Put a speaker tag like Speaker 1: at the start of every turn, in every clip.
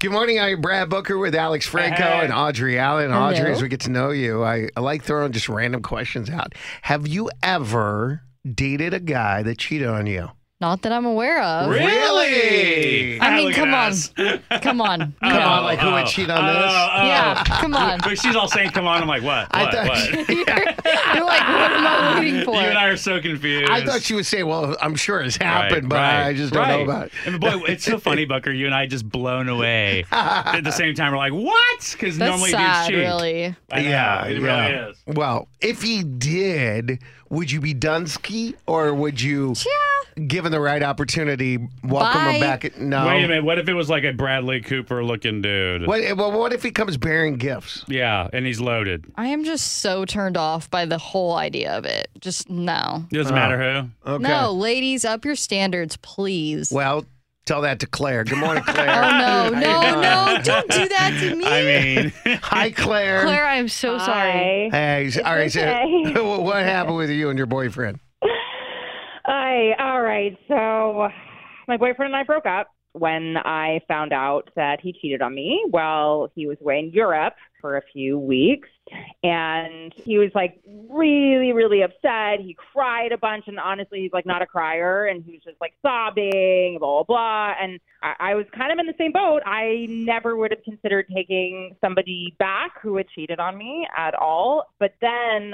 Speaker 1: Good morning. I'm Brad Booker with Alex Franco
Speaker 2: Hey.
Speaker 1: and Audrey Allen.
Speaker 3: Hello.
Speaker 1: Audrey, as we get to know you, I, I like throwing just random questions out. Have you ever dated a guy that cheated on you?
Speaker 3: Not that I'm aware of.
Speaker 1: Really?
Speaker 3: I
Speaker 2: Ah,
Speaker 3: mean,
Speaker 2: look
Speaker 3: come
Speaker 2: at
Speaker 3: on.
Speaker 2: us.
Speaker 3: Come on.
Speaker 1: Come
Speaker 2: Oh,
Speaker 1: on, like who
Speaker 2: oh,
Speaker 1: would cheat on
Speaker 2: oh,
Speaker 1: this?
Speaker 2: oh.
Speaker 3: Yeah, come on.
Speaker 2: But she's all saying, "Come on!" I'm like, "What?
Speaker 1: I
Speaker 2: What?
Speaker 1: thought-
Speaker 2: what?"
Speaker 3: you're, you're like, what am I waiting for?
Speaker 2: You and I are so confused.
Speaker 1: I thought she would say, "Well, I'm sure it's
Speaker 2: Right,
Speaker 1: happened, but
Speaker 2: right,
Speaker 1: I just don't know
Speaker 2: right.
Speaker 1: about it."
Speaker 2: And boy, it's so funny, Bucker. You and I just blown away. At the same time, we're like, "What?" Because
Speaker 3: That's
Speaker 2: normally dudes
Speaker 3: sad,
Speaker 2: cheat.
Speaker 3: really.
Speaker 2: I know,
Speaker 1: yeah,
Speaker 2: it
Speaker 1: yeah.
Speaker 2: really is.
Speaker 1: Well, if he did, would you be Dunsky or would you, given the right opportunity, welcome
Speaker 3: Bye.
Speaker 1: him back? No.
Speaker 2: Wait a minute. What if it was like a Bradley Cooper looking dude?
Speaker 1: What, well, what if he comes bearing gifts?
Speaker 2: Yeah, and he's loaded.
Speaker 3: I am just so turned off by the whole idea of it. Just no.
Speaker 2: It doesn't matter who.
Speaker 1: Okay.
Speaker 3: No, ladies, up your standards, please.
Speaker 1: Well, tell that to Claire. Good morning, Claire.
Speaker 3: oh, no,
Speaker 1: How you
Speaker 3: no,
Speaker 1: doing?
Speaker 3: no. Don't do that to me.
Speaker 2: I mean,
Speaker 1: Hi, Claire.
Speaker 3: Claire, I am so sorry.
Speaker 4: Hi.
Speaker 1: Hey, s- all right.
Speaker 4: okay.
Speaker 1: So, wh- what happened with you and your boyfriend?
Speaker 4: Hi. All right. So, my boyfriend and I broke up when I found out that he cheated on me while he was away in Europe for a few weeks. And he was like really, really upset. He cried a bunch. And honestly, he's like not a crier. And he was just like sobbing, blah, blah, blah. And I, I was kind of in the same boat. I never would have considered taking somebody back who had cheated on me at all. But then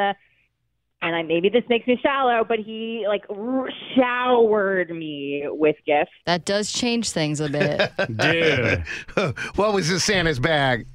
Speaker 4: and I maybe this makes me shallow, but he like r- showered me with gifts.
Speaker 3: That does change things a bit.
Speaker 2: dude.
Speaker 1: what was in Santa's bag?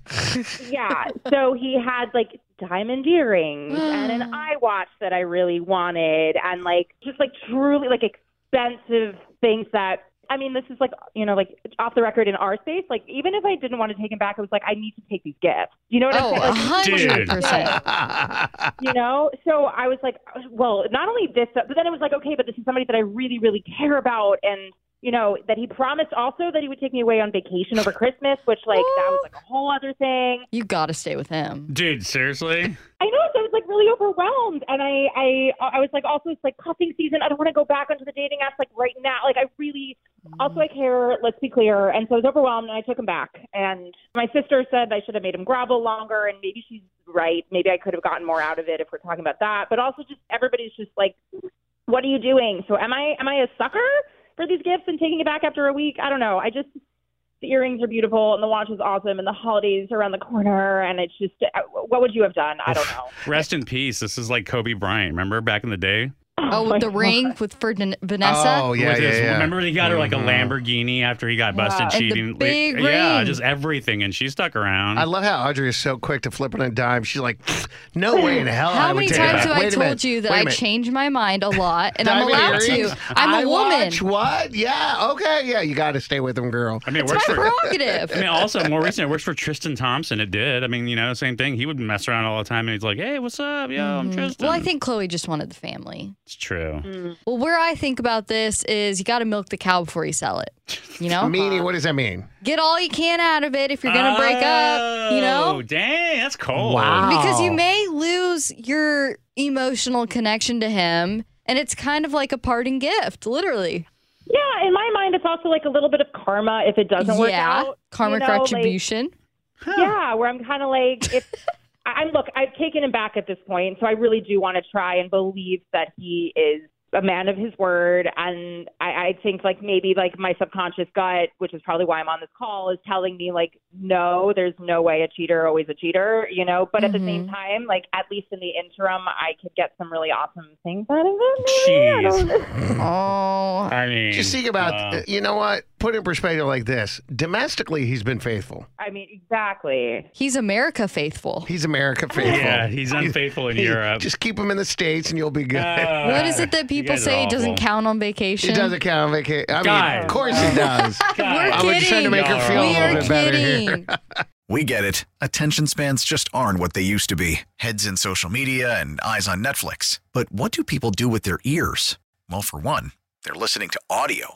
Speaker 4: Yeah, so he had like diamond earrings and an eye watch that I really wanted, and like just like truly like expensive things that. I mean, this is like, you know, like off the record in our space. Like, even if I didn't want to take him back, I was like, I need to take these gifts. You know what
Speaker 3: oh,
Speaker 4: I'm saying? Like,
Speaker 3: 100%.
Speaker 4: you know so i was like well not only this but then it was like okay but this is somebody that i really really care about and you know that he promised also that he would take me away on vacation over christmas which like that was like a whole other thing
Speaker 3: You got to stay with him.
Speaker 2: Dude, seriously?
Speaker 4: i know so i was like really overwhelmed and i i i was like also it's like cuffing season i don't want to go back onto the dating apps like right now like i really also i care let's be clear and so i was overwhelmed and i took him back and my sister said i should have made him grovel longer and maybe she's right maybe i could have gotten more out of it if we're talking about that but also just everybody's just like what are you doing? So am I am I a sucker for these gifts and taking it back after a week? I don't know. I just the earrings are beautiful and the watch is awesome and the holidays are around the corner and it's just uh, what would you have done? I don't know.
Speaker 2: Rest in peace. This is like Kobe Bryant. Remember back in the day?
Speaker 3: Oh,
Speaker 4: my
Speaker 3: with the
Speaker 4: God.
Speaker 3: ring with for N- Vanessa?
Speaker 1: Oh, yeah,
Speaker 2: With
Speaker 1: yeah,
Speaker 2: his-
Speaker 1: yeah.
Speaker 2: Remember when he got her like a
Speaker 1: Mhm.
Speaker 2: Lamborghini after he got busted
Speaker 3: and the
Speaker 2: cheating?
Speaker 3: big
Speaker 2: yeah,
Speaker 3: ring.
Speaker 2: just everything. And she stuck around.
Speaker 1: I love how Audrey is so quick to flip it on a dime. She's like, "No way in hell!" Oh, I
Speaker 3: How
Speaker 1: would
Speaker 3: many
Speaker 1: take
Speaker 3: times
Speaker 1: that.
Speaker 3: have I
Speaker 1: Wait a minute.
Speaker 3: told you that
Speaker 1: Wait a
Speaker 3: I
Speaker 1: minute.
Speaker 3: change my mind a lot and I'm
Speaker 1: Diamond
Speaker 3: allowed
Speaker 1: earrings?
Speaker 3: to? I'm
Speaker 1: I
Speaker 3: a woman.
Speaker 1: watch What? Yeah. Okay. Yeah. You got to stay with him, girl.
Speaker 2: I mean, it
Speaker 3: It's
Speaker 2: works
Speaker 3: my
Speaker 2: for. I
Speaker 3: prerogative.
Speaker 2: mean, also more recent, it works for Tristan Thompson. It did. I mean, you know, same thing. He would mess around all the time, and he's like, "Hey, what's up? Yo, I'm Tristan."
Speaker 3: Mm-hmm. Well, I Mm. think Chloe just wanted the family.
Speaker 2: it's true.
Speaker 3: Well, where I think about this is you got to milk the cow before you sell it. You know?
Speaker 1: Meaning, what does that mean?
Speaker 3: Get all you can out of it if you're going to break up, you
Speaker 2: Oh,
Speaker 3: know?
Speaker 2: dang, that's cold.
Speaker 1: Wow.
Speaker 3: Because you
Speaker 1: Oh.
Speaker 3: may lose your emotional connection to him, and it's kind of like a parting gift, literally.
Speaker 4: Yeah, in my mind it's also like a little bit of karma if it doesn't work
Speaker 3: yeah.
Speaker 4: out.
Speaker 3: Karma
Speaker 4: you know, like-
Speaker 3: retribution.
Speaker 4: yeah, where I'm kind of like if I- I'm look, I've taken him back at this point, so I really do want to try and believe that he is a man of his word and I, I think like maybe like my subconscious gut which is probably why i'm on this call is telling me like no there's no way a cheater always a cheater you know but at the same time like at least in the interim i could get some really awesome things out of him maybe. I don't
Speaker 2: Jeez.
Speaker 3: Oh,
Speaker 2: I mean, uh,
Speaker 1: Just think about, uh,
Speaker 2: wow.
Speaker 1: you know what? Put it in perspective like this. Domestically, he's been faithful.
Speaker 4: I mean, Exactly.
Speaker 3: He's America faithful.
Speaker 1: He's America faithful.
Speaker 2: Yeah, he's unfaithful in
Speaker 1: He-
Speaker 2: Europe. Uh,
Speaker 1: Just keep him in the States and you'll be good.
Speaker 3: what is it that
Speaker 2: you
Speaker 3: people
Speaker 2: guys are
Speaker 3: say
Speaker 2: awful.
Speaker 3: doesn't count on vacation?
Speaker 1: It doesn't count on vacation. I mean,
Speaker 2: Guys.
Speaker 1: of course it does.
Speaker 3: We're
Speaker 1: I
Speaker 3: kidding.
Speaker 1: was trying to make her feel a
Speaker 3: we
Speaker 1: little
Speaker 3: are
Speaker 1: bit better here.
Speaker 3: kidding.
Speaker 5: We get it. Attention spans just aren't what they used to be heads in social media and eyes on Netflix. But what do people do with their ears? Well, for one, they're listening to audio.